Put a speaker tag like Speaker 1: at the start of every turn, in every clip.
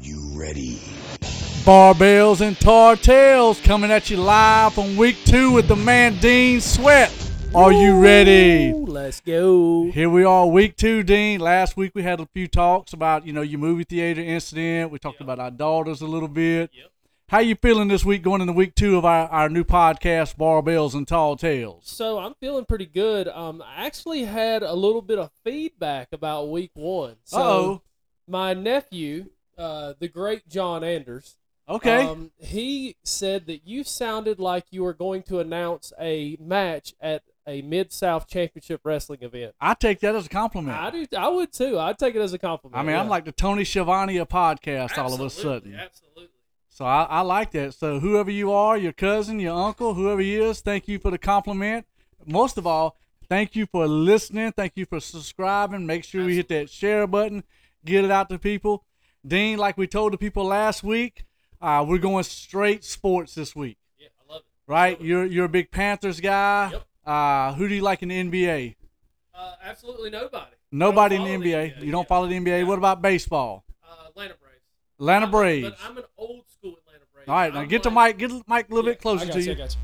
Speaker 1: you ready?
Speaker 2: Barbells and Tar Tails coming at you live from week two with the man Dean Sweat. Are you ready?
Speaker 3: Ooh, Let's go.
Speaker 2: Here we are, week two, Dean. Last week we had a few talks about, you know, your movie theater incident. We talked about our daughters a little bit. How you feeling this week going into week two of our, our new podcast, Barbells and Tall Tales?
Speaker 3: So I'm feeling pretty good. Um, I actually had a little bit of feedback about week one. So
Speaker 2: Uh-oh.
Speaker 3: my nephew, uh, the great John Anders,
Speaker 2: Okay.
Speaker 3: um, he said that you sounded like you were going to announce a match at a Mid South Championship Wrestling event.
Speaker 2: I take that as a compliment.
Speaker 3: I
Speaker 2: I,
Speaker 3: do. I would too. I'd take it as a compliment.
Speaker 2: mean, I'm
Speaker 3: yeah.
Speaker 2: like the Tony Schiavone of podcast all of a sudden. So I, I like that. So whoever you are, your cousin, your uncle, whoever he is, thank you for the compliment. Most of all, thank you for listening. Thank you for subscribing. Make sure we hit that share button. Get it out to people. Dean, like we told the people last week, uh, we're going straight sports this week. Yeah, I
Speaker 3: love
Speaker 2: it. Right? You're you're a big Panthers guy.
Speaker 3: Yep.
Speaker 2: Uh, who do you like in the NBA?
Speaker 3: uh, absolutely nobody.
Speaker 2: Nobody in the NBA. you don't follow the NBA. What about baseball?
Speaker 3: uh, Atlanta Braves.
Speaker 2: Atlanta Braves.
Speaker 3: an old school Atlanta Braves.
Speaker 2: All right, now get the mic. Get the mic a little bit closer
Speaker 3: I got
Speaker 2: to you.
Speaker 3: I got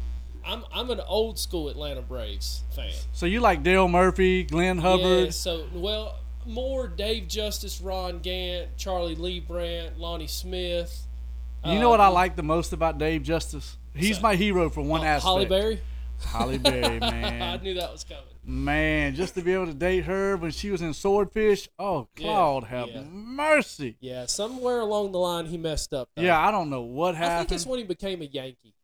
Speaker 3: I'm I'm an old school Atlanta Braves fan.
Speaker 2: So you like Dale Murphy, Glenn Hubbard?
Speaker 3: Yeah, so well, more Dave Justice, Ron Gant, Charlie Lee Brandt, Lonnie Smith.
Speaker 2: You know what I like the most about Dave Justice? He's
Speaker 3: Uh, that? Oh,
Speaker 2: my hero for one aspect.
Speaker 3: Holly Berry.
Speaker 2: Holly Berry,
Speaker 3: I
Speaker 2: man.
Speaker 3: knew that was coming.
Speaker 2: man, just to be able to date her when she was in Swordfish. Oh,
Speaker 3: Yeah,
Speaker 2: Claude, have
Speaker 3: yeah.
Speaker 2: mercy.
Speaker 3: Yeah, somewhere along the line he messed up. though.
Speaker 2: Yeah, I don't know what
Speaker 3: I think it's
Speaker 2: happened.
Speaker 3: when he became a Yankee.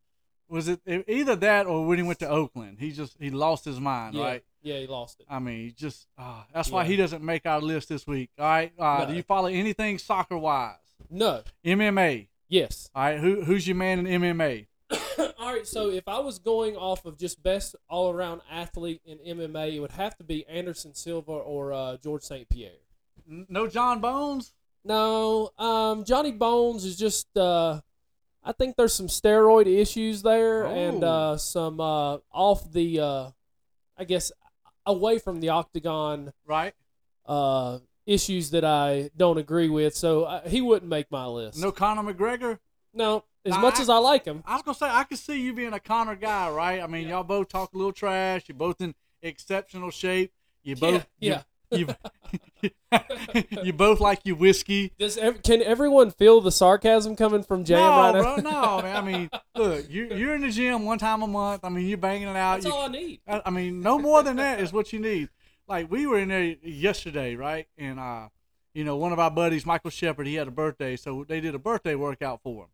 Speaker 2: Was it e- either that or when he went to Oakland? He just he lost his mind,
Speaker 3: Yeah,
Speaker 2: right?
Speaker 3: yeah, he lost it.
Speaker 2: I mean, he just ah, that's why
Speaker 3: Yeah.
Speaker 2: he doesn't make our list this week. All right, uh, do
Speaker 3: No.
Speaker 2: you follow anything soccer wise?
Speaker 3: No,
Speaker 2: MMA.
Speaker 3: yes.
Speaker 2: All right, who who's your man in MMA?
Speaker 3: All right, so if I was going off of just best all around athlete in MMA, it would have to be Anderson Silva or uh, George St. Pierre.
Speaker 2: N- No John Bones.
Speaker 3: No, um, Johnny Bones is just. Uh, I think there's some steroid issues there and
Speaker 2: Oh.
Speaker 3: uh, some uh, off the, uh, I guess, away from the octagon
Speaker 2: Right.
Speaker 3: uh, issues that I don't agree with. So uh, he wouldn't make my list.
Speaker 2: No Conor McGregor.
Speaker 3: no. As
Speaker 2: Nah,
Speaker 3: much
Speaker 2: I-
Speaker 3: as I like him,
Speaker 2: I was gonna say I could see you being a Connor guy, right? I mean,
Speaker 3: Yeah.
Speaker 2: y'all both talk a little trash. You're both in exceptional shape. You both,
Speaker 3: yeah.
Speaker 2: You, you, you both like your whiskey.
Speaker 3: Does ev- can everyone feel the sarcasm coming from Jam
Speaker 2: no, bro,
Speaker 3: right now?
Speaker 2: no, man. I mean, look, you, you're in the gym one time a month. I mean, you're banging it out.
Speaker 3: That's
Speaker 2: You-
Speaker 3: all I need.
Speaker 2: I, I mean, no more than that is what you need. Like we were in there yesterday, right? And uh, you know, one of our buddies, Michael Shepard, he had a birthday, so they did a birthday workout for him.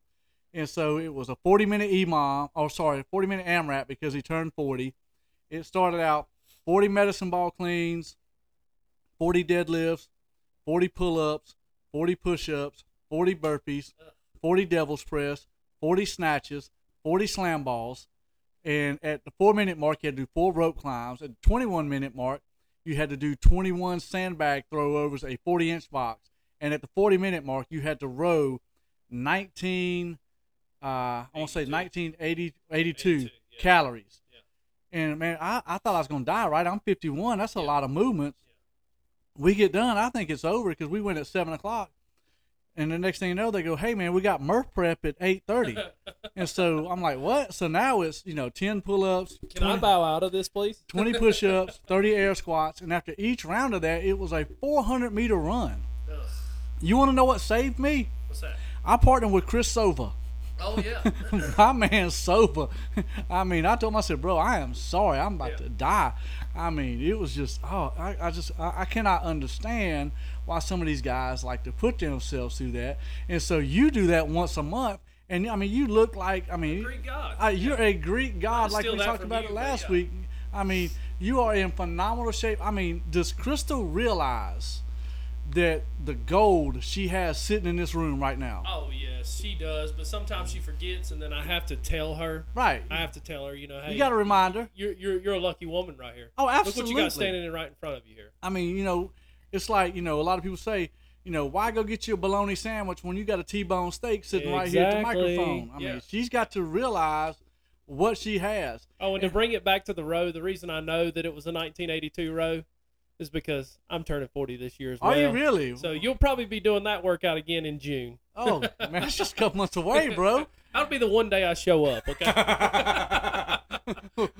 Speaker 2: And so it was a 40 minute EMOM, or sorry, 40 minute AMRAP because he turned 40. It started out 40 medicine ball cleans, 40 deadlifts, 40 pull ups, 40 push ups, 40 burpees, 40 devil's press, 40 snatches, 40 slam balls. And at the four minute mark, you had to do four rope climbs. At the 21 minute mark, you had to do 21 sandbag throwovers, a 40 inch box. And at the 40 minute mark, you had to row 19, uh, I want to say 1982 calories. And man, I, I thought I was going to die, right? I'm 51. That's a lot of movements. We get done. I think it's over because we went at seven o'clock. And the next thing you know, they go, "Hey man, we got Murph prep at 8.30. and so I'm like, "What?" So now it's you know ten pull-ups,
Speaker 3: Can I bow out of this, please?
Speaker 2: 20 push-ups, 30 air squats, and after each round of that, it was a 400 meter run. You want to know what saved me?
Speaker 4: What's that?
Speaker 2: I partnered with Chris Sova.
Speaker 4: Oh yeah.
Speaker 2: my man sober. I mean, I told him, I said, bro, I am sorry. I'm about
Speaker 4: Yeah.
Speaker 2: to die. I mean, it was just, oh, I, I just, I, I cannot understand why some of these guys like to put themselves through that. And so you do that once a month. And I mean, you look like, I mean,
Speaker 4: Greek god.
Speaker 2: uh, you're a Greek god, like
Speaker 4: steal
Speaker 2: we
Speaker 4: that
Speaker 2: talked
Speaker 4: from
Speaker 2: about
Speaker 4: you,
Speaker 2: it
Speaker 4: but
Speaker 2: last
Speaker 4: yeah.
Speaker 2: week. I mean, you are in phenomenal shape. I mean, does Crystal realize that the gold she has sitting in this room right now?
Speaker 4: oh yes, she does. But sometimes she forgets, and then I have to tell her.
Speaker 2: Right.
Speaker 4: I have to tell her. You know, hey,
Speaker 2: You got a reminder.
Speaker 4: you're, you're you're a lucky woman right here.
Speaker 2: Oh,
Speaker 4: Look what you
Speaker 2: absolutely.
Speaker 4: got standing in right in front of you here.
Speaker 2: I mean, you know, it's like, you know, a lot of people say, you know, why go get you a bologna sandwich when you got a T-bone steak sitting right here at the
Speaker 3: Exactly.
Speaker 2: microphone? I
Speaker 4: Yeah.
Speaker 2: mean, she's got to realize what she has.
Speaker 4: Oh, and to bring it back to the row, the reason I know that it was a 1982 row is because I'm turning 40 this year as well.
Speaker 2: Are you really?
Speaker 4: So you'll probably be doing that workout again in June.
Speaker 2: Oh man, it's just a couple months away, bro.
Speaker 3: That'll be the one day I show up. Okay.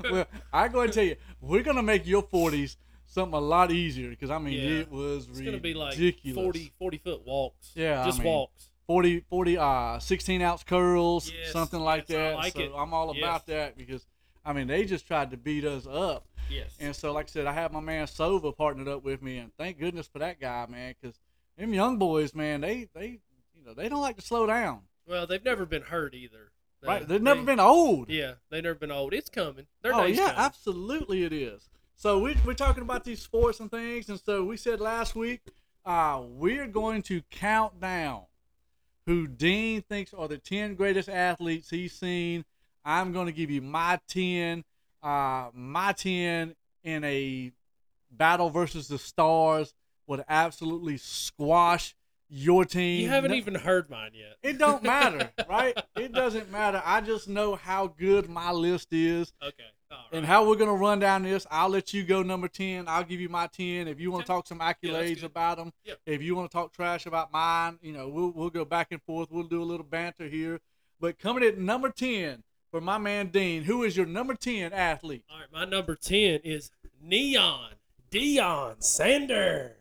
Speaker 2: well, I go and tell you, we're gonna make your forties something a lot easier because I mean
Speaker 3: Yeah.
Speaker 2: it was
Speaker 3: It's gonna be like
Speaker 2: ridiculous.
Speaker 3: 40, 40 foot walks.
Speaker 2: Yeah, I
Speaker 3: just
Speaker 2: mean,
Speaker 3: walks.
Speaker 2: 40, 40 uh, 16 ounce curls,
Speaker 3: Yes,
Speaker 2: something like
Speaker 3: yes, I
Speaker 2: that.
Speaker 3: like
Speaker 2: so
Speaker 3: it.
Speaker 2: I'm all
Speaker 3: Yes.
Speaker 2: about that because, I mean, they just tried to beat us up.
Speaker 3: Yes.
Speaker 2: And so, like I said, I have my man Sova partnered up with me, and thank goodness for that guy, man, because them young boys, man, they, they, you know, they don't like to slow down.
Speaker 3: well, they've never been hurt either.
Speaker 2: Right? They've never been old.
Speaker 3: Yeah, they've never been old. It's coming. Their
Speaker 2: Oh
Speaker 3: day's
Speaker 2: yeah,
Speaker 3: coming.
Speaker 2: absolutely it is. So we we're talking about these sports and things, and so we said last week, uh, we're going to count down who Dean thinks are the ten greatest athletes he's seen. I'm going to give you my ten, uh, my ten in a battle versus the stars would absolutely squash your team.
Speaker 3: You haven't
Speaker 2: No-
Speaker 3: even heard mine yet.
Speaker 2: It don't matter, right? It doesn't matter. I just know how good my list is.
Speaker 3: Okay. All right.
Speaker 2: And how we're gonna run down this, I'll let you go number ten. I'll give you my ten. If you want to
Speaker 3: Okay.
Speaker 2: talk some
Speaker 3: that's
Speaker 2: accolades
Speaker 3: good.
Speaker 2: about 'em, about them,
Speaker 3: Yeah.
Speaker 2: if you want to talk trash about mine, you know, we'll we'll go back and forth. We'll do a little banter here. But coming at number ten for my man Dean, who is your number ten athlete?
Speaker 3: All right. My number ten is Neon Dion Sanders.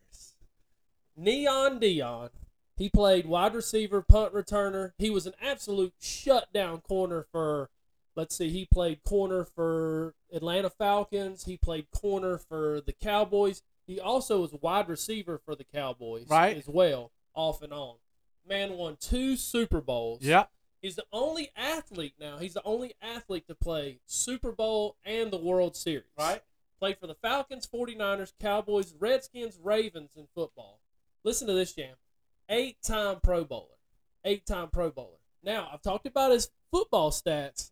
Speaker 3: Neon Dion. He played wide receiver, punt returner. He was an absolute shutdown corner for. Let's see. He played corner for Atlanta Falcons. He played corner for the Cowboys. He also was wide receiver for the Cowboys
Speaker 2: Right.
Speaker 3: as well, off and on. Man won two Super Bowls.
Speaker 2: Yeah,
Speaker 3: He's the only athlete now. He's the only athlete to play Super Bowl and the World Series.
Speaker 2: right.
Speaker 3: Played for the Falcons, 49ers, Cowboys, Redskins, Ravens in football. Listen to this, Jam. Eight time Pro Bowler. Eight time Pro Bowler. Now, I've talked about his football stats.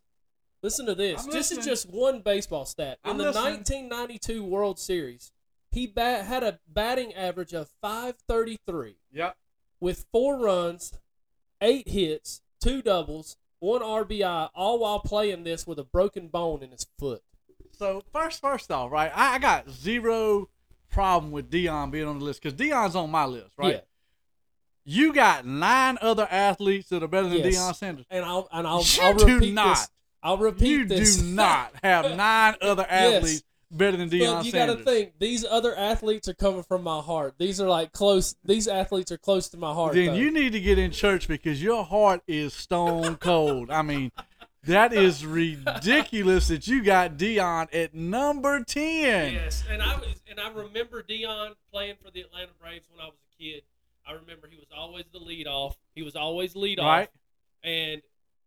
Speaker 3: Listen to this.
Speaker 2: I'm
Speaker 3: this
Speaker 2: listening.
Speaker 3: is just one baseball stat. In
Speaker 2: I'm
Speaker 3: the
Speaker 2: listening.
Speaker 3: 1992 World Series, he bat- had a batting average of 533
Speaker 2: Yeah,
Speaker 3: with four runs, eight hits, two doubles, one RBI, all while playing this with a broken bone in his foot.
Speaker 2: So first, first off, right, I, I got zero problem with Dion being on the list because Dion's on my list, right?
Speaker 3: Yeah.
Speaker 2: You got nine other athletes that are better than
Speaker 3: Yes.
Speaker 2: Deion Sanders.
Speaker 3: And I'll and I'll,
Speaker 2: You
Speaker 3: I'll
Speaker 2: do
Speaker 3: repeat
Speaker 2: not.
Speaker 3: this. I'll repeat
Speaker 2: you
Speaker 3: this.
Speaker 2: do not have nine other
Speaker 3: Yes.
Speaker 2: athletes better than Deion
Speaker 3: Look, you got
Speaker 2: Sanders.
Speaker 3: to think these other athletes are coming from my heart. These are like close. These athletes are close to my heart.
Speaker 2: then
Speaker 3: though.
Speaker 2: you need to get in church because your heart is stone cold. I mean, that is ridiculous that you got Dion at number ten.
Speaker 3: Yes, and I was, and I remember Dion playing for the Atlanta Braves when I was a kid. I remember he was always the lead off. He was always lead off.
Speaker 2: Right.
Speaker 3: And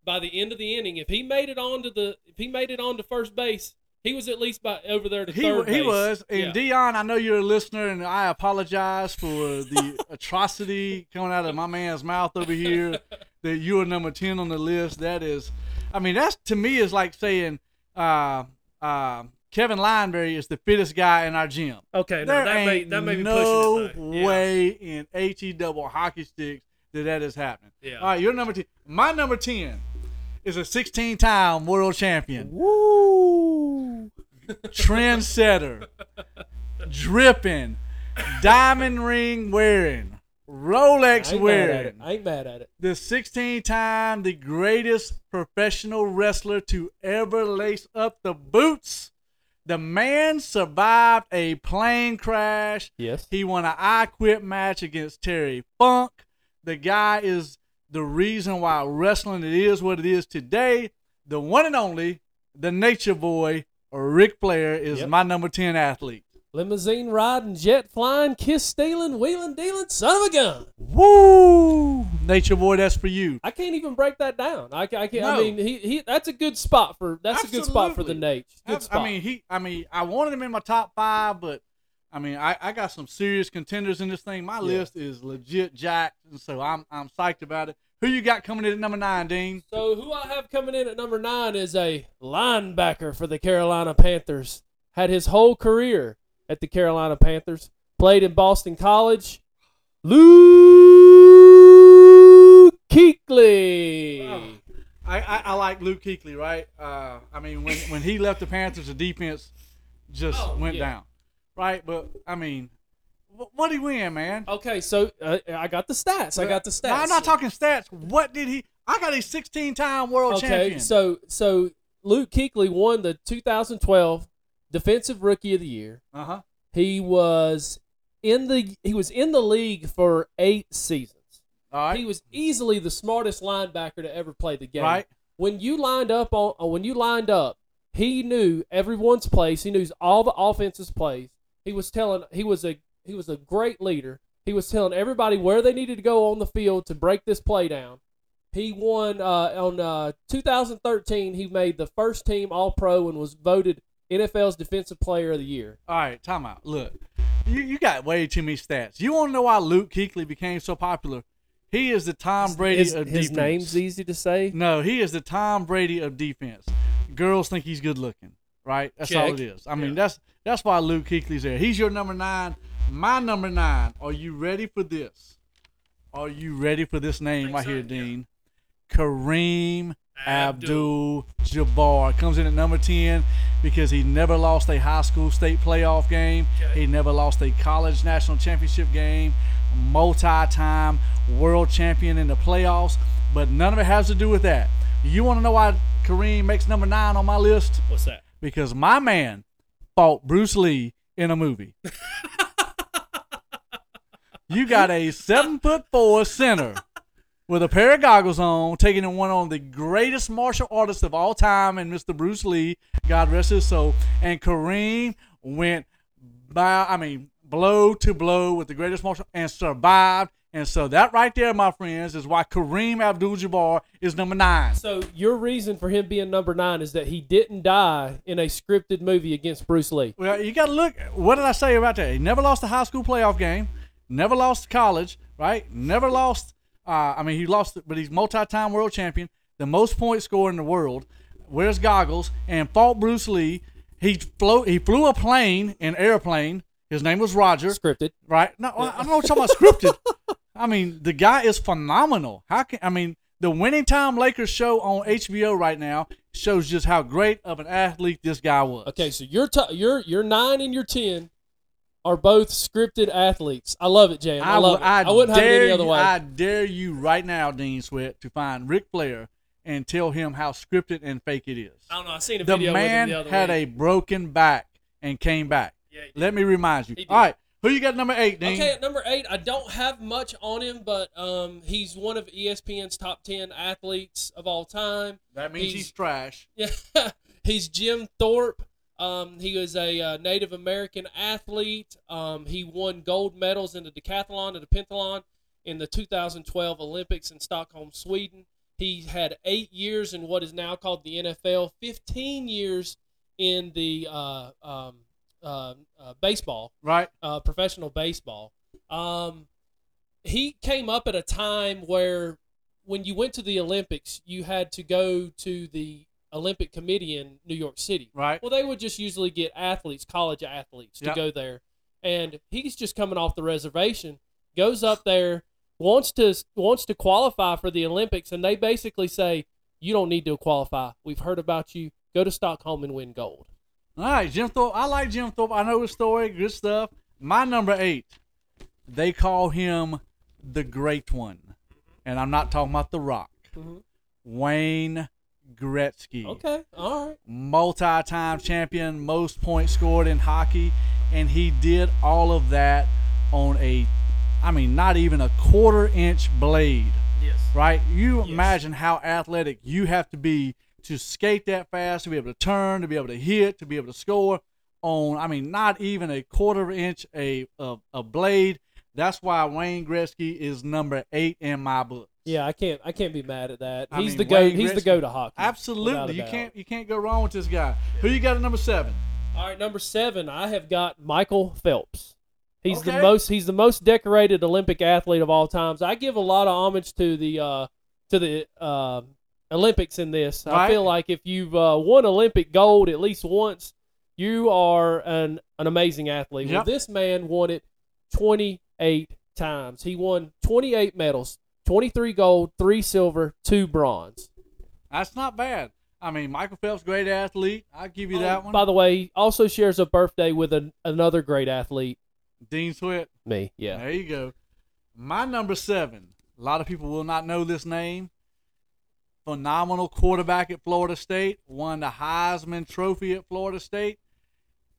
Speaker 3: by the end of the inning, if he made it onto the if he made it onto first base, he was at least by over there to
Speaker 2: He,
Speaker 3: third
Speaker 2: he
Speaker 3: base.
Speaker 2: was and
Speaker 3: Yeah.
Speaker 2: Dion. I know you're a listener, and I apologize for the atrocity coming out of my man's mouth over here. That you are number ten on the list. That is, I mean, that's to me is like saying uh, uh, Kevin Lineberry is the fittest guy in our gym.
Speaker 3: Okay,
Speaker 2: there ain't no way in H E double hockey sticks that that is happening.
Speaker 3: Yeah.
Speaker 2: All right, your number ten. My number ten is a 16-time world champion,
Speaker 3: Woo!
Speaker 2: trendsetter, dripping, diamond ring wearing, Rolex
Speaker 3: I ain't mad at it.
Speaker 2: wearing,
Speaker 3: I ain't mad at it.
Speaker 2: the 16-time the greatest professional wrestler to ever lace up the boots. The man survived a plane crash.
Speaker 3: Yes.
Speaker 2: He won an I Quit match against Terry Funk. The guy is the reason why wrestling it is what it is today. The one and only, the Nature Boy, Rick Flair, is
Speaker 3: Yep.
Speaker 2: my number ten athlete.
Speaker 3: Limousine riding, jet flying, kiss stealing, wheeling, dealing, son of a gun.
Speaker 2: Woo! Nature Boy, that's for you.
Speaker 3: I can't even break that down. I, ca- I can't.
Speaker 2: No.
Speaker 3: I mean, he, he that's a good spot for that's a good spot for the
Speaker 2: Absolutely.
Speaker 3: Nate. Good
Speaker 2: I,
Speaker 3: spot.
Speaker 2: I mean, he. I mean, I wanted him in my top five, but I mean, I, I got some serious contenders in this thing. My list is legit jacked, and so I'm I'm psyched about it. Who you got coming in at number nine, Dean?
Speaker 3: so who I have coming in at number nine is a linebacker for the Carolina Panthers. Had his whole career at the Carolina Panthers. Played in Boston College. Luke Kuechly.
Speaker 2: Oh. I, I, I like Luke Kuechly, right? Uh, I mean, when, when he left the Panthers, the defense just
Speaker 3: Oh,
Speaker 2: went
Speaker 3: yeah.
Speaker 2: down, right? But I mean, wh- What did he win, man?
Speaker 3: Okay, so uh, I got the stats. I got the stats.
Speaker 2: Now, I'm not talking stats. What did he? I got a 16 time world
Speaker 3: okay,
Speaker 2: champion.
Speaker 3: so so Luke Kuechly won the 2012 Defensive Rookie of the Year.
Speaker 2: uh huh.
Speaker 3: He was in the he was in the league for eight seasons.
Speaker 2: All right.
Speaker 3: He was easily the smartest linebacker to ever play the game.
Speaker 2: Right.
Speaker 3: When you lined up on uh, when you lined up, he knew everyone's place. He knew all the offense's plays. He was telling he was a he was a great leader. He was telling everybody where they needed to go on the field to break this play down. He won uh, on uh, 2013. He made the first team All Pro and was voted NFL's Defensive Player of the Year.
Speaker 2: All right, time out. Look, you, you got way too many stats. You want to know why Luke Kuechly became so popular? He is the Tom Brady
Speaker 3: His,
Speaker 2: of
Speaker 3: his
Speaker 2: defense.
Speaker 3: name's easy to say.
Speaker 2: No, he is the Tom Brady of defense. Girls think he's good looking, right? That's all
Speaker 3: Check.
Speaker 2: it is. I mean, that's that's why Luke Kuechly's there. He's your number nine, my number nine. Are you ready for this? Are you ready for this name right here, Dean? Kareem Abdul Jabbar comes in at number 10 because he never lost a high school state playoff game. He never lost a college national championship game, multi time world champion in the playoffs, but none of it has to do with that. You want to know why Kareem makes number nine on my list?
Speaker 1: What's that?
Speaker 2: Because my man fought Bruce Lee in a movie. you got a seven foot four center with a pair of goggles on, taking in one on the greatest martial artists of all time, and Mr. Bruce Lee, God rest his soul. And Kareem went by, I mean, blow to blow with the greatest martial and survived. And so that right there, my friends, is why Kareem Abdul-Jabbar is number nine.
Speaker 3: So your reason for him being number nine is that he didn't die in a scripted movie against Bruce Lee.
Speaker 2: Well, you got to look. What did I say about that? He never lost a high school playoff game, never lost college, right? Never lost. Uh, I mean, he lost, but he's multi-time world champion, the most points scorer in the world. Wears goggles and fought Bruce Lee. He flew. He flew a plane, an airplane. His name was Roger.
Speaker 3: Scripted.
Speaker 2: Right? No, I I don't know what you're talking about scripted. I mean, the guy is phenomenal. How can I mean the Winning Time Lakers show on HBO right now shows just how great of an athlete this guy was.
Speaker 3: Okay, so your t- your your nine and your ten are both scripted athletes. I love it, Jam. I,
Speaker 2: will-
Speaker 3: love it. I wouldn't have it
Speaker 2: dare
Speaker 3: any other
Speaker 2: you,
Speaker 3: way.
Speaker 2: I dare you right now, Dean Sweat, to find Ric Flair and tell him how scripted and fake it is.
Speaker 1: I don't know. I seen a
Speaker 2: The
Speaker 1: video
Speaker 2: man
Speaker 1: with him the other
Speaker 2: had
Speaker 1: week.
Speaker 2: a broken back and came back.
Speaker 1: Yeah, he did.
Speaker 2: Let me remind you.
Speaker 3: He did.
Speaker 2: All right, who you got number eight, Dean?
Speaker 3: okay, at number eight, I don't have much on him, but um, he's one of ESPN's top ten athletes of all time.
Speaker 2: That means
Speaker 3: He's-
Speaker 2: he's, trash.
Speaker 3: Yeah, he's Jim Thorpe. Um, he was a uh, Native American athlete. Um, he won gold medals in the decathlon and the pentathlon in the 2012 Olympics in Stockholm, Sweden. He had eight years in what is now called the NFL, 15 years in the uh, um, uh, uh, baseball
Speaker 2: Right?
Speaker 3: uh, professional baseball. Um, he came up at a time where, when you went to the Olympics, you had to go to the Olympic Committee in New York City.
Speaker 2: Right?
Speaker 3: Well, they would just usually get athletes, college athletes, to
Speaker 2: Yeah.
Speaker 3: go there. And he's just coming off the reservation, goes up there, wants to wants to qualify for the Olympics, and they basically say, "You don't need to qualify. We've heard about you. Go to Stockholm and win gold."
Speaker 2: All right, Jim Thorpe. I like Jim Thorpe. I know his story. Good stuff. My number eight, they call him the Great One,
Speaker 3: Mm-hmm.
Speaker 2: and I'm not talking about The Rock.
Speaker 3: Mhm.
Speaker 2: Wayne Gretzky.
Speaker 3: Okay, all right.
Speaker 2: multi-time champion, most points scored in hockey, and he did all of that on a, I mean, not even a quarter-inch blade,
Speaker 1: Yes.
Speaker 2: right? You imagine how athletic you have to be to skate that fast, to be able to turn, to be able to hit, to be able to score on, I mean, not even a quarter-inch a, a a blade. That's why Wayne Gretzky is number eight in my book.
Speaker 3: Yeah, I can't. I can't be mad at that.
Speaker 2: I
Speaker 3: he's
Speaker 2: mean,
Speaker 3: the go.
Speaker 2: Wayne
Speaker 3: He's the
Speaker 2: Gretzky-
Speaker 3: go to hockey. without a
Speaker 2: Absolutely, you
Speaker 3: doubt.
Speaker 2: can't you can't go wrong with this guy. Who you got at number seven?
Speaker 3: All right, number seven. I have got Michael Phelps. He's the
Speaker 2: Okay.
Speaker 3: most. He's the most decorated Olympic athlete of all times. I give a lot of homage to the uh, to the uh, Olympics in this. I
Speaker 2: Right.
Speaker 3: feel like if you've uh, won Olympic gold at least once, you are an an amazing athlete. Well,
Speaker 2: Yep.
Speaker 3: this man won it twenty eight times. He won twenty eight medals, twenty three gold, three silver, two bronze.
Speaker 2: That's not bad. I mean, Michael Phelps, great athlete. I'll give you
Speaker 3: Oh,
Speaker 2: that one.
Speaker 3: By the way, he also shares a birthday with an, another great athlete,
Speaker 2: Dean Swift.
Speaker 3: Me, yeah.
Speaker 2: There you go. My number seven. A lot of people will not know this name. Phenomenal quarterback at Florida State. Won the Heisman Trophy at Florida State.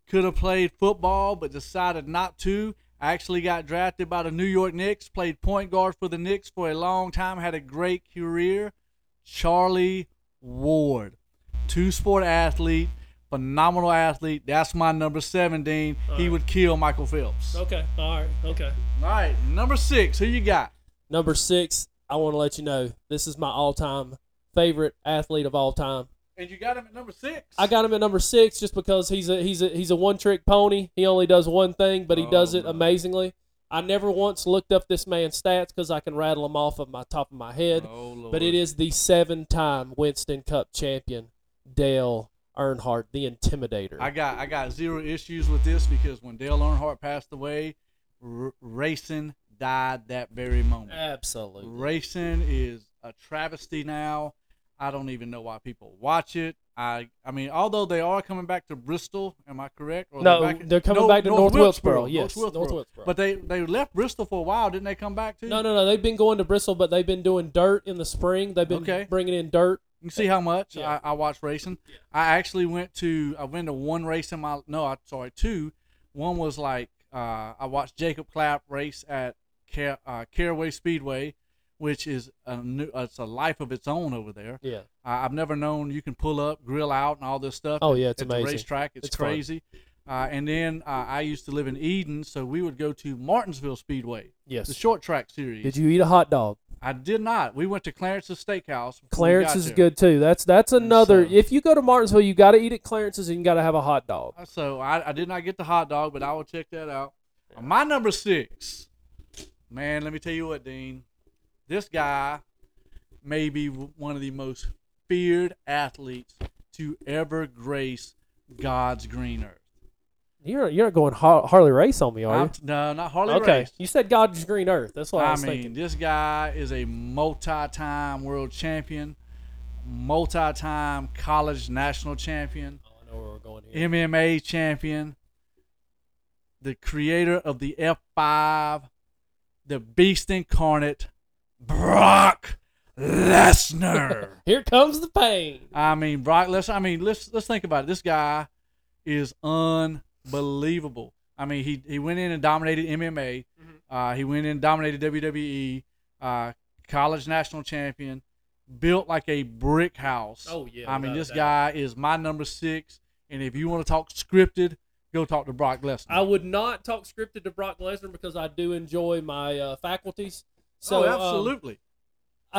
Speaker 2: Could have played football, but decided not to. Actually got drafted by the New York Knicks. Played point guard for the Knicks for a long time. Had a great career. Charlie Ward. Two sport athlete. Phenomenal athlete. That's my number seven, Dean.
Speaker 3: All
Speaker 2: he
Speaker 3: right.
Speaker 2: would kill Michael Phelps.
Speaker 3: Okay. All right. Okay.
Speaker 2: All right, number six. Who you got?
Speaker 3: Number six, I want to let you know this is my all time favorite athlete of all time.
Speaker 2: And you got him at number six.
Speaker 3: I got him at number six just because he's a he's a he's a one trick pony. He only does one thing, but he
Speaker 2: Oh,
Speaker 3: does it
Speaker 2: no.
Speaker 3: amazingly. I never once looked up this man's stats because I can rattle them off of my top of my head.
Speaker 2: Oh, Lord.
Speaker 3: But it is the seven time Winston Cup champion, Dale Earnhardt, the Intimidator.
Speaker 2: I got I got zero issues with this because when Dale Earnhardt passed away, r- racing died that very moment.
Speaker 3: Absolutely.
Speaker 2: Racing is a travesty now. I don't even know why people watch it. I I mean, although they are coming back to Bristol, am I correct? Or
Speaker 3: No,
Speaker 2: at-
Speaker 3: they're coming back to North Wilkesboro. Yes,
Speaker 2: North Wilkesboro.
Speaker 3: North Wilkesboro.
Speaker 2: But they they left Bristol for a while, didn't they? Come back to
Speaker 3: No, no, no. They've been going to Bristol, but they've been doing dirt in the spring. They've been
Speaker 2: Okay.
Speaker 3: bringing in dirt.
Speaker 2: You can see how much
Speaker 3: Yeah.
Speaker 2: I, I watch racing. I actually went to I went to one race in my no, I sorry two. One was like uh, I watched Jacob Clapp race at Car- uh, Caraway Speedway, which is a new it's a life of its own over there.
Speaker 3: Yeah.
Speaker 2: I, I've never known you can pull up, grill out, and all this stuff.
Speaker 3: Oh, yeah, it's
Speaker 2: at
Speaker 3: amazing.
Speaker 2: The racetrack, it's,
Speaker 3: It's fun.
Speaker 2: crazy. Uh, and then uh, I used to live in Eden, so we would go to Martinsville Speedway,
Speaker 3: Yes.
Speaker 2: the short track series.
Speaker 3: Did you eat a hot dog?
Speaker 2: I did not. We went to Clarence's Steakhouse. before we
Speaker 3: Clarence
Speaker 2: got
Speaker 3: is
Speaker 2: there.
Speaker 3: good too. That's that's another.
Speaker 2: so-
Speaker 3: if you go to Martinsville, you got to eat at Clarence's and you got to have a hot dog.
Speaker 2: So I, I did not get the hot dog, but I will check that out. My number six, man. Let me tell you what, Dean. This guy may be w- one of the most feared athletes to ever grace God's green earth.
Speaker 3: You're you're not going Har- Harley race on me, are
Speaker 2: I'm-
Speaker 3: you?
Speaker 2: no, not Harley
Speaker 3: okay,
Speaker 2: Race.
Speaker 3: you said God's green earth. That's what I,
Speaker 2: I
Speaker 3: was
Speaker 2: mean,
Speaker 3: thinking.
Speaker 2: this guy is a multi-time world champion, multi-time college national champion.
Speaker 3: Oh, I know where we're going here.
Speaker 2: MMA champion, the creator of the F5, the beast incarnate, Brock Lesnar.
Speaker 3: Here comes the pain.
Speaker 2: I mean, Brock Lesnar. I mean, let's let's think about it. This guy is unbelievable. I mean, he he went in and dominated MMA. Uh, he went in and dominated WWE. Uh, college national champion, built like a brick house.
Speaker 3: Oh, yeah,
Speaker 2: I mean,
Speaker 3: without
Speaker 2: this
Speaker 3: a
Speaker 2: guy is my number six. And if you want to talk scripted, go talk to Brock Lesnar.
Speaker 3: I would not talk scripted to Brock Lesnar because I do enjoy my uh, faculties. So
Speaker 2: oh,
Speaker 3: um,
Speaker 2: absolutely.
Speaker 3: I,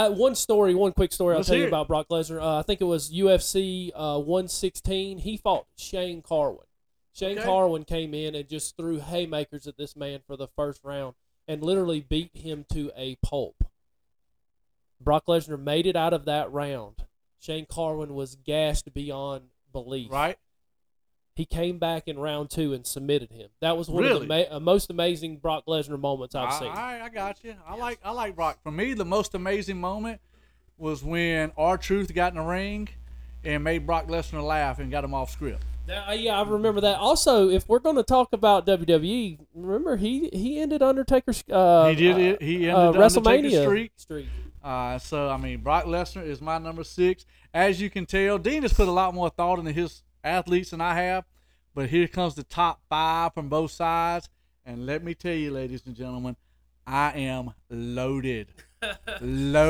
Speaker 3: Uh, one story, one quick story
Speaker 2: Let's
Speaker 3: I'll tell you
Speaker 2: hear it.
Speaker 3: about Brock Lesnar. Uh, I think it was UFC uh, 116. He fought Shane Carwin. Shane
Speaker 2: Okay.
Speaker 3: Carwin came in and just threw haymakers at this man for the first round and literally beat him to a pulp. Brock Lesnar made it out of that round. Shane Carwin was gassed beyond belief.
Speaker 2: right?
Speaker 3: He came back in round two and submitted him. That was one of
Speaker 2: Really?
Speaker 3: the ma- uh, most amazing Brock Lesnar moments I've
Speaker 2: I,
Speaker 3: seen.
Speaker 2: all right, I got you. I like I like Brock. For me, the most amazing moment was when R Truth got in the ring and made Brock Lesnar laugh and got him off script.
Speaker 3: That- uh, yeah, I remember that. Also, if we're going to talk about WWE, remember he he ended Undertaker's. Uh,
Speaker 2: He did
Speaker 3: uh,
Speaker 2: it. He ended
Speaker 3: uh,
Speaker 2: the Undertaker's
Speaker 3: WrestleMania
Speaker 2: streak. Uh, so I mean, Brock Lesnar is my number six. As you can tell, Dean has put a lot more thought into his athletes than I have. But here comes the top five from both sides, and let me tell you, ladies and gentlemen, I am loaded,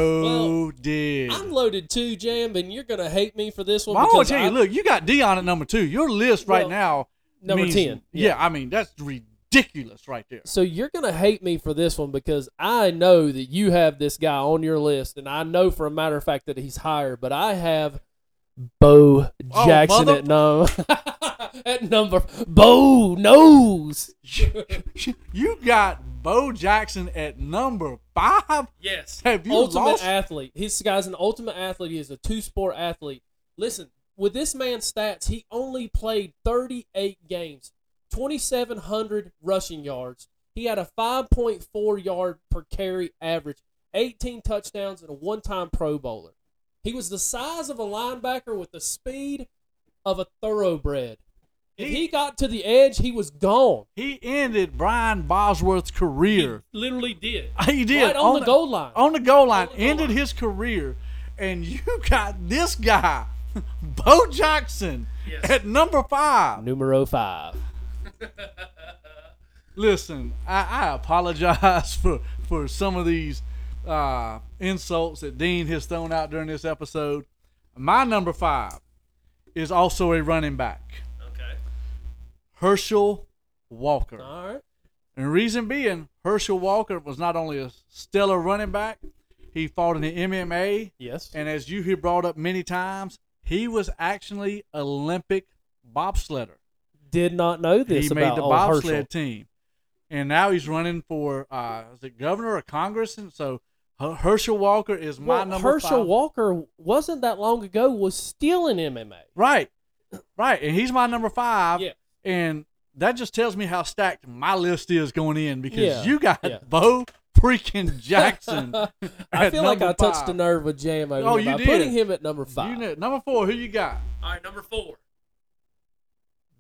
Speaker 2: loaded.
Speaker 3: I'm loaded too, Jam, and you're going to hate me for this one.
Speaker 2: Well, I want
Speaker 3: because
Speaker 2: to tell you,
Speaker 3: I-
Speaker 2: look, you got Dion at number two. Your list right
Speaker 3: Well,
Speaker 2: now,
Speaker 3: number
Speaker 2: means-
Speaker 3: 10,
Speaker 2: Yeah. I mean that's ridiculous right there.
Speaker 3: So you're going to hate me for this one because I know that you have this guy on your list, and I know for a matter of fact that he's higher, but I have. Bo
Speaker 2: Oh,
Speaker 3: Jackson
Speaker 2: mother-
Speaker 3: at number at number Bo knows
Speaker 2: You got Bo Jackson at number five.
Speaker 3: Yes.
Speaker 2: Have you
Speaker 3: ultimate
Speaker 2: lost-
Speaker 3: athlete. This guy's an ultimate athlete. He is a two sport athlete. Listen, with this man's stats, he only played 38 games, 2,700 rushing yards. He had a 5.4 yard per carry average, 18 touchdowns, and a one time Pro Bowler. He was the size of a linebacker with the speed of a thoroughbred. If he, got to the edge, he was gone.
Speaker 2: He ended Brian Bosworth's career.
Speaker 5: Literally did.
Speaker 2: He did
Speaker 3: Right on the goal line.
Speaker 2: On the goal line,
Speaker 5: the goal
Speaker 2: ended
Speaker 5: line.
Speaker 2: his career, and you got this guy, Bo Jackson,
Speaker 5: Yes.
Speaker 2: at number five.
Speaker 3: Numero five.
Speaker 2: Listen, I, I apologize for for some of these uh, insults that Dean has thrown out during this episode. My number five is also a running back,
Speaker 5: Okay.
Speaker 2: Herschel Walker.
Speaker 3: All right.
Speaker 2: And reason being, Herschel Walker was not only a stellar running back, he fought in the MMA,
Speaker 3: Yes.
Speaker 2: and as you have brought up many times, he was actually Olympic bobsledder.
Speaker 3: Did not know this
Speaker 2: he made
Speaker 3: about
Speaker 2: the
Speaker 3: old Herschel.
Speaker 2: bobsled team, and now he's running for uh, is it governor or Congress? And so Her- Herschel Walker is my
Speaker 3: Well,
Speaker 2: number
Speaker 3: Herschel
Speaker 2: five.
Speaker 3: Walker wasn't that long ago was still in MMA.
Speaker 2: right, right, and he's my number five.
Speaker 5: Yeah.
Speaker 2: and that just tells me how stacked my list is going in because
Speaker 3: Yeah,
Speaker 2: you got
Speaker 3: yeah.
Speaker 2: Bo freaking Jackson.
Speaker 3: I
Speaker 2: at
Speaker 3: feel like
Speaker 2: number
Speaker 3: I touched
Speaker 2: five.
Speaker 3: a nerve with JMO
Speaker 2: Oh,
Speaker 3: here
Speaker 2: you
Speaker 3: by
Speaker 2: did.
Speaker 3: putting him at number five.
Speaker 2: You know, number four, who you got?
Speaker 5: All right, number four.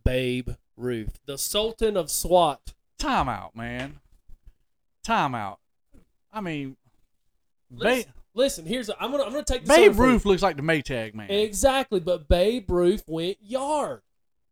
Speaker 3: Babe Ruth.
Speaker 5: The Sultan.
Speaker 3: Sultan of SWAT.
Speaker 2: Timeout, man. Timeout. I mean, ba-
Speaker 5: Listen, listen, here's a, I'm gonna I'm gonna take this over
Speaker 2: Babe
Speaker 5: for you.
Speaker 2: Ruth looks like the Maytag man.
Speaker 3: Exactly, but Babe Ruth went yard.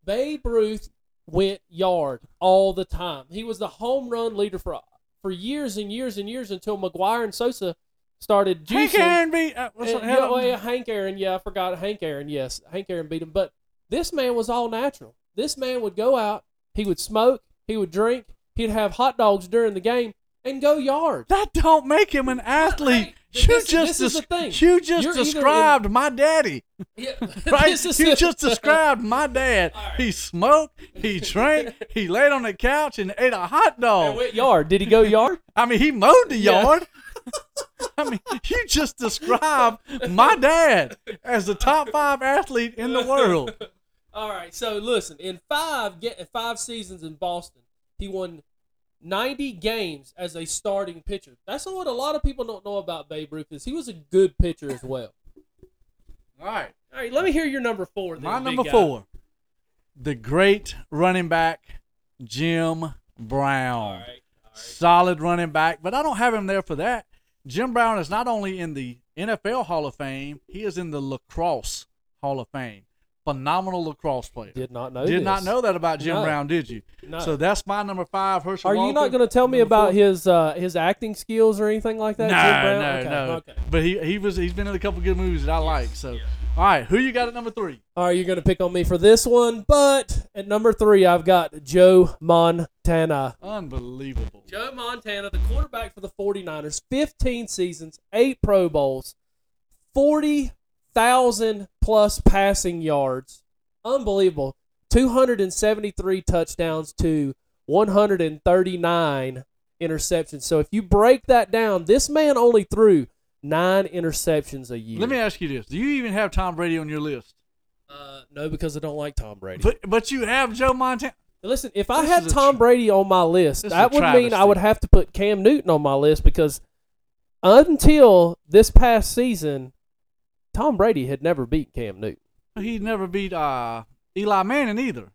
Speaker 3: Babe Ruth went yard all the time. He was the home run leader for for years and years and years until McGuire and Sosa started
Speaker 2: Hank
Speaker 3: juicing.
Speaker 2: Aaron beat. Uh, what's
Speaker 3: And,
Speaker 2: the
Speaker 3: yeah,
Speaker 2: hell-
Speaker 3: well, yeah, Hank Aaron. Yeah, I forgot Hank Aaron. Yes, Hank Aaron beat him. But this man was all natural. This man would go out. He would smoke. He would drink. He'd have hot dogs during the game and go yard.
Speaker 2: That don't make him an athlete.
Speaker 5: right, but
Speaker 2: You
Speaker 5: this-
Speaker 2: just
Speaker 3: this is the
Speaker 2: des-
Speaker 3: thing.
Speaker 2: you just
Speaker 3: You're either in-
Speaker 2: described my daddy.
Speaker 5: Yeah.
Speaker 2: Right?
Speaker 3: This is
Speaker 2: you
Speaker 3: the-
Speaker 2: just described my dad.
Speaker 5: All right.
Speaker 2: He smoked, he drank, he laid on the couch and ate a hot dog.
Speaker 5: And went yard.
Speaker 3: Yard. Did he go yard?
Speaker 2: I mean, he mowed the
Speaker 3: Yeah.
Speaker 2: yard. I mean, you just described my dad as the top five athlete in the world.
Speaker 5: All right, so
Speaker 3: So listen, in five get five seasons in Boston, he won ninety games as a starting pitcher. That's what a lot of people don't know about Babe Ruth is he was a good pitcher as well.
Speaker 2: All right.
Speaker 5: all right, let me hear your number four. Then,
Speaker 2: My
Speaker 5: big
Speaker 2: number
Speaker 5: guy.
Speaker 2: four, the great running back, Jim
Speaker 5: All
Speaker 2: Brown.
Speaker 5: right, all right.
Speaker 2: Solid running back, but I don't have him there for that. Jim Brown is not only in the NFL Hall of Fame, he is in the lacrosse Hall of Fame. Phenomenal lacrosse player.
Speaker 3: Did not know.
Speaker 2: Did
Speaker 3: this.
Speaker 2: not know that about Jim
Speaker 3: No.
Speaker 2: Brown, did you?
Speaker 3: No.
Speaker 2: So that's my number five. Herschel
Speaker 3: Are you not going to tell me about his uh, his acting skills or anything like
Speaker 2: No,
Speaker 3: that? Jim Brown?
Speaker 2: no,
Speaker 3: okay,
Speaker 2: no.
Speaker 3: Okay.
Speaker 2: But he he was he's been in a couple good movies that I like. So, all right, who you got at number three?
Speaker 3: All right, you're going to pick on me for this one, but at number three, I've got Joe Montana.
Speaker 2: Unbelievable.
Speaker 5: Joe Montana, the quarterback
Speaker 3: quarterback for the 49ers, 15 seasons, eight Pro Bowls, 40,000 plus passing yards. Unbelievable. 273 touchdowns to 139 interceptions. So if you break that down, this man only threw nine interceptions a year.
Speaker 2: Let me ask you this: Do you even have Tom Brady on your list?
Speaker 5: Uh, no, because I don't like Tom Brady.
Speaker 2: But but you have Joe Montana.
Speaker 3: Listen, if I
Speaker 2: This
Speaker 3: had
Speaker 2: is a
Speaker 3: Tom
Speaker 2: tr-
Speaker 3: Brady on my list,
Speaker 2: This is
Speaker 3: that
Speaker 2: a
Speaker 3: would mean I
Speaker 2: travesty.
Speaker 3: would have to put Cam Newton on my list because until this past season, Tom Brady had never beat Cam Newton.
Speaker 2: He never beat uh, Eli Manning either.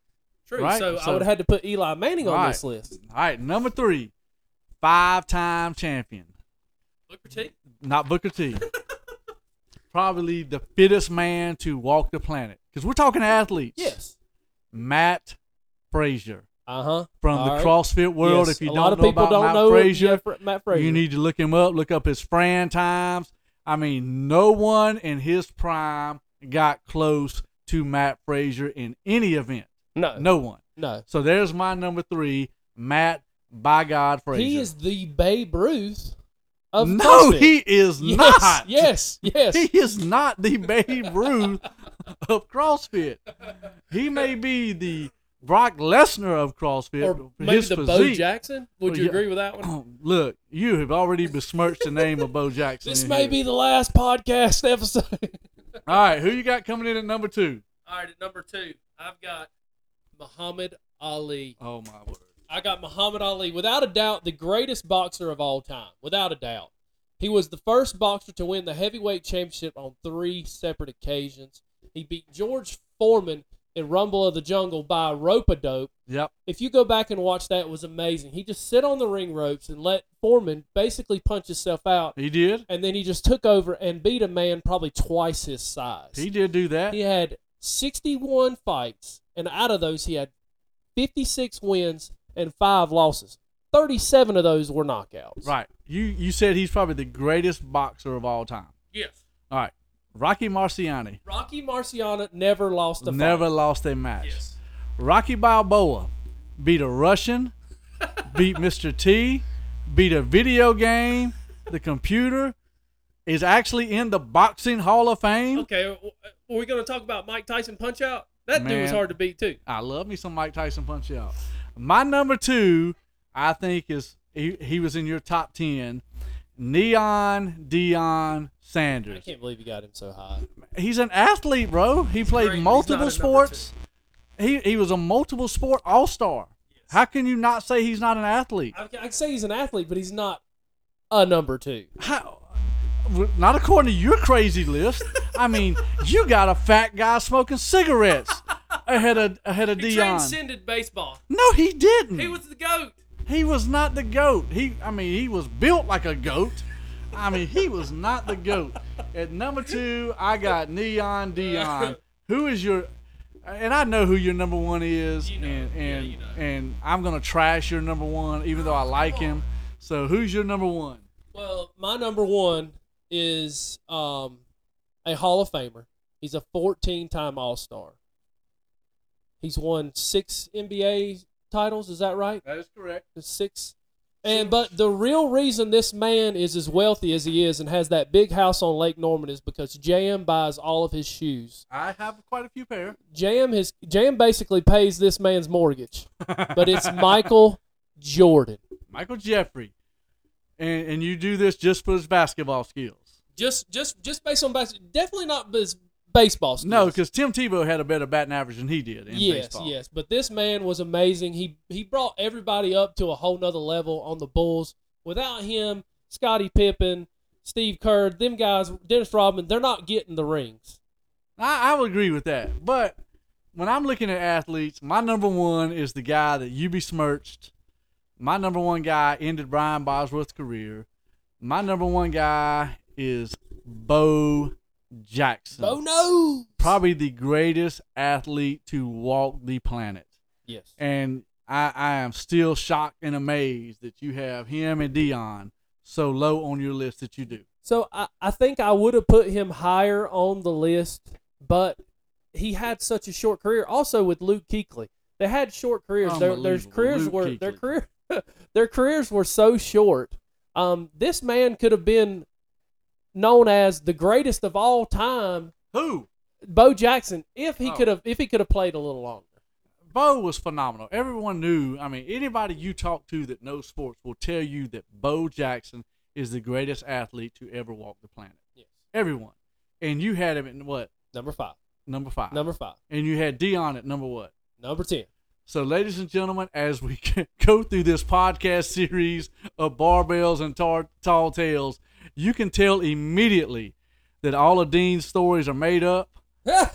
Speaker 5: True.
Speaker 2: Right,
Speaker 5: So,
Speaker 3: I
Speaker 2: so-
Speaker 3: would have had to put Eli Manning on this
Speaker 2: Right.
Speaker 3: list.
Speaker 2: All right, number three, five-time champion,
Speaker 5: Booker T.
Speaker 2: not Booker T. Probably the fittest man to walk the planet because we're talking athletes.
Speaker 3: Yes.
Speaker 2: Matt Frazier.
Speaker 3: Uh huh.
Speaker 2: from the CrossFit world. If you
Speaker 3: a
Speaker 2: don't
Speaker 3: lot of
Speaker 2: know
Speaker 3: people
Speaker 2: about
Speaker 3: don't
Speaker 2: Matt
Speaker 3: know him.
Speaker 2: Frazier,
Speaker 3: Yeah, Fra- Matt Frazier.
Speaker 2: you need to look him up. Look up his Fran times. I mean, no one in his prime got close to Matt Frazier in any event.
Speaker 3: no, no,
Speaker 2: No one. So there's my number three, Matt by God Frazier.
Speaker 3: He is the Babe Ruth of
Speaker 2: no,
Speaker 3: CrossFit.
Speaker 2: he is
Speaker 3: yes,
Speaker 2: not.
Speaker 3: Yes, yes.
Speaker 2: He is not the Babe Ruth of CrossFit. He may be the Brock Lesnar of CrossFit.
Speaker 5: Or maybe
Speaker 2: his
Speaker 5: the Bo
Speaker 2: physique.
Speaker 5: Jackson. Would
Speaker 2: Well,
Speaker 5: you
Speaker 2: yeah.
Speaker 5: agree with that one?
Speaker 2: Look, you have already besmirched the name of Bo Jackson.
Speaker 3: this
Speaker 2: in
Speaker 3: may
Speaker 2: here.
Speaker 3: be the last podcast episode.
Speaker 2: All right, who you got coming in at number two?
Speaker 5: All right, at number two, I've got Muhammad Ali.
Speaker 2: Oh my word!
Speaker 5: I got Muhammad Ali, without a doubt, the greatest boxer of all time. Without a doubt. He was the first boxer to win the heavyweight championship on three separate occasions. He beat George Foreman
Speaker 3: in Rumble of the Jungle by Rope a Dope.
Speaker 2: Yep.
Speaker 3: If you go back and watch that, it was amazing. He just sit on the ring ropes and let Foreman basically punch himself out,
Speaker 2: He did.
Speaker 3: and then he just took over and beat a man probably twice his size.
Speaker 2: He did do that.
Speaker 3: He had 61 fights, and out of those, he had 56 wins and five losses. 37 of those were knockouts.
Speaker 2: Right. You you said he's probably the greatest boxer of all time.
Speaker 3: Yes.
Speaker 2: All right. Rocky Marciani
Speaker 3: Rocky Marciano never lost a
Speaker 2: never
Speaker 3: fight.
Speaker 2: lost a match. Rocky Balboa beat a Russian, beat Mr. T, beat a video game, the computer, is actually in the Boxing Hall of Fame.
Speaker 6: Okay, w- were we going to talk about Mike Tyson punch out? That dude was
Speaker 2: Man.
Speaker 6: hard to beat too.
Speaker 2: I love me some Mike Tyson punch out. My number two, I think, is he, he was in your top 10. Neon Dion
Speaker 3: I
Speaker 2: Sanders.
Speaker 3: can't believe he got him so high.
Speaker 2: He's an athlete, bro. He played
Speaker 6: great, but he's not
Speaker 2: multiple
Speaker 6: a number two.
Speaker 2: sports. He, he was a multiple sport all star. How can you not say he's not an athlete?
Speaker 3: I, I can say he's an athlete, but he's not a number two.
Speaker 2: How? Not according to your crazy list. I mean, you got a fat guy smoking cigarettes ahead of ahead of
Speaker 6: He
Speaker 2: Dion.
Speaker 6: transcended baseball.
Speaker 2: No, he didn't.
Speaker 6: He was the goat.
Speaker 2: He was not the goat. He, I mean, he was built like a goat. I mean, he was not the goat. At number two, I got Neon Dion. Who is your? And I know who your number one is,
Speaker 6: You know.
Speaker 2: and
Speaker 6: Yeah,
Speaker 2: and
Speaker 6: you know.
Speaker 2: and I'm gonna trash your number one, even though I like him. So who's your number one?
Speaker 3: Well, my number one is um, a Hall of Famer. He's a 14 time All Star. He's won six NBA titles. Is that right?
Speaker 2: That is correct.
Speaker 3: The six. And but the real reason this man is as wealthy as he is and has that big house on Lake Norman is because JM buys all of his shoes.
Speaker 2: I have quite a few pair.
Speaker 3: JM his JM basically pays this man's mortgage. But it's Michael Jordan.
Speaker 2: Michael Jeffrey, and and you do this just for his basketball skills.
Speaker 3: Just just just based on bas- definitely not his baseball skills.
Speaker 2: No, because Tim Tebow had a better batting average than he did in
Speaker 3: yes,
Speaker 2: baseball.
Speaker 3: yes. But this man was amazing. He he brought everybody up to a whole nother level on the Bulls. Without him, Scottie Pippen, Steve Kerr, them guys, Dennis Rodman, they're not getting the rings.
Speaker 2: I, I would agree with that. But when I'm looking at athletes, my number one is the guy that you besmirched. My number one guy ended Brian Bosworth's career. My number one guy is Bo Jackson.
Speaker 3: Oh no!
Speaker 2: Probably the greatest athlete to walk the planet.
Speaker 3: Yes.
Speaker 2: And I, I am still shocked and amazed that you have him and Dion so low on your list that you do.
Speaker 3: So I, I think I would have put him higher on the list, but he had such a short career. Also with Luke Kuechly, they had short careers. Their, their
Speaker 2: Unbelievable.
Speaker 3: careers
Speaker 2: Luke
Speaker 3: were their
Speaker 2: Kuechly.
Speaker 3: career their careers were so short. Um, this man could have been known as the greatest of all time,
Speaker 2: Who?
Speaker 3: Bo Jackson, if he
Speaker 2: Oh.
Speaker 3: could have if he could have played a little longer.
Speaker 2: Bo was phenomenal. Everyone knew. I mean, anybody you talk to that knows sports will tell you that Bo Jackson is the greatest athlete to ever walk the planet.
Speaker 3: Yes.
Speaker 2: Everyone. And you had him at what?
Speaker 3: Number five,
Speaker 2: Number five.
Speaker 3: number five,
Speaker 2: and you had Dion at number what?
Speaker 3: number ten.
Speaker 2: So, ladies and gentlemen, as we go through this podcast series of barbells and tar- tall tales, you can tell immediately that all of Dean's stories are made up.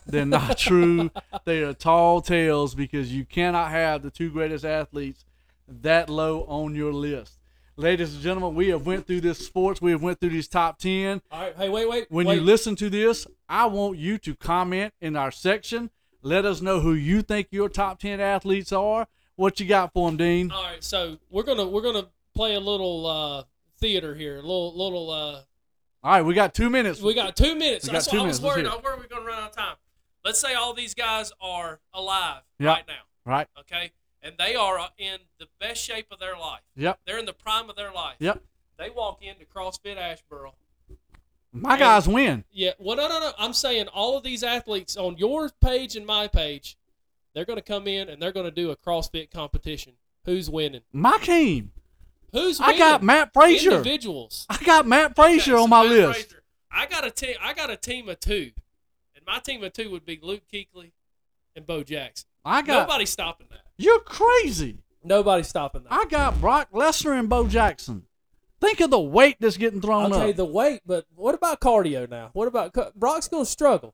Speaker 2: They're not true. they are tall tales because you cannot have the two greatest athletes that low on your list. Ladies and gentlemen, we have went through this sports. We have went through these top ten.
Speaker 3: All right. Hey, wait, wait.
Speaker 2: When
Speaker 3: wait.
Speaker 2: you listen to this, I want you to comment in our section. Let us know who you think your top ten athletes are. What you got for them, Dean?
Speaker 3: All right, so we're gonna we're gonna play a little uh, theater here, a little little. Uh,
Speaker 2: All right, we got two minutes.
Speaker 3: we got two minutes.
Speaker 2: We got
Speaker 3: That's
Speaker 2: two
Speaker 3: what I
Speaker 2: minutes.
Speaker 3: was
Speaker 2: Let's
Speaker 3: worried.
Speaker 2: hear
Speaker 3: I
Speaker 2: it.
Speaker 3: was worried we are gonna run out of time. Let's say all these guys are alive
Speaker 2: Yeah.
Speaker 6: Right now,
Speaker 2: Right.
Speaker 6: okay, and they are in the best shape of their life.
Speaker 2: Yep.
Speaker 6: They're in the prime of their life.
Speaker 2: Yep.
Speaker 6: They walk into CrossFit Ashboro.
Speaker 2: My guys win.
Speaker 3: Yeah. Well, no, no, no. I'm saying all of these athletes on your page and my page, they're gonna come in and they're gonna do a CrossFit competition. Who's winning?
Speaker 2: My team.
Speaker 3: Who's winning?
Speaker 2: I got Matt Frazier.
Speaker 3: Individuals.
Speaker 2: I got Matt Frazier
Speaker 6: Okay, so
Speaker 2: on my
Speaker 6: Matt
Speaker 2: list.
Speaker 6: Frazier. I got a team. I got a team of two, and my team of two would be Luke Kuechly and Bo Jackson.
Speaker 2: I got.
Speaker 6: Nobody's stopping that.
Speaker 2: You're crazy.
Speaker 3: Nobody's stopping that.
Speaker 2: I got Brock Lesnar and Bo Jackson. Think of the weight that's getting thrown
Speaker 3: I'll tell you
Speaker 2: up.
Speaker 3: the weight, but what about cardio now? What about Brock's gonna struggle?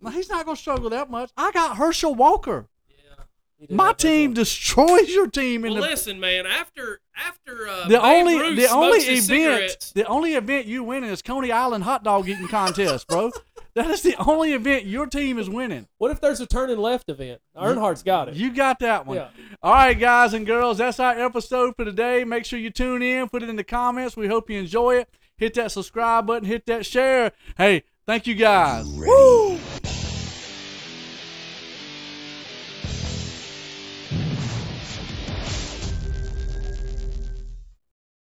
Speaker 2: Now, he's not going to struggle that much. I got Herschel Walker.
Speaker 3: Yeah.
Speaker 7: He did
Speaker 2: My
Speaker 7: have that
Speaker 2: team
Speaker 7: one.
Speaker 2: destroys your team in
Speaker 3: Well,
Speaker 2: the
Speaker 3: listen, man. After after uh,
Speaker 2: the
Speaker 3: Babe
Speaker 2: only
Speaker 3: Ruth
Speaker 2: the only
Speaker 3: smokes his
Speaker 2: event
Speaker 3: cigarettes,
Speaker 2: the only event you winning is Coney Island hot dog eating contest, bro. That is the only event your team is winning.
Speaker 7: What if there's a turning left event? Earnhardt's got it.
Speaker 2: You got that one.
Speaker 7: Yeah.
Speaker 2: All right, guys and girls, that's our episode for today. Make sure you tune in, put it in the comments. We hope you enjoy it. Hit that subscribe button, hit that share. Hey, thank you guys. Woo!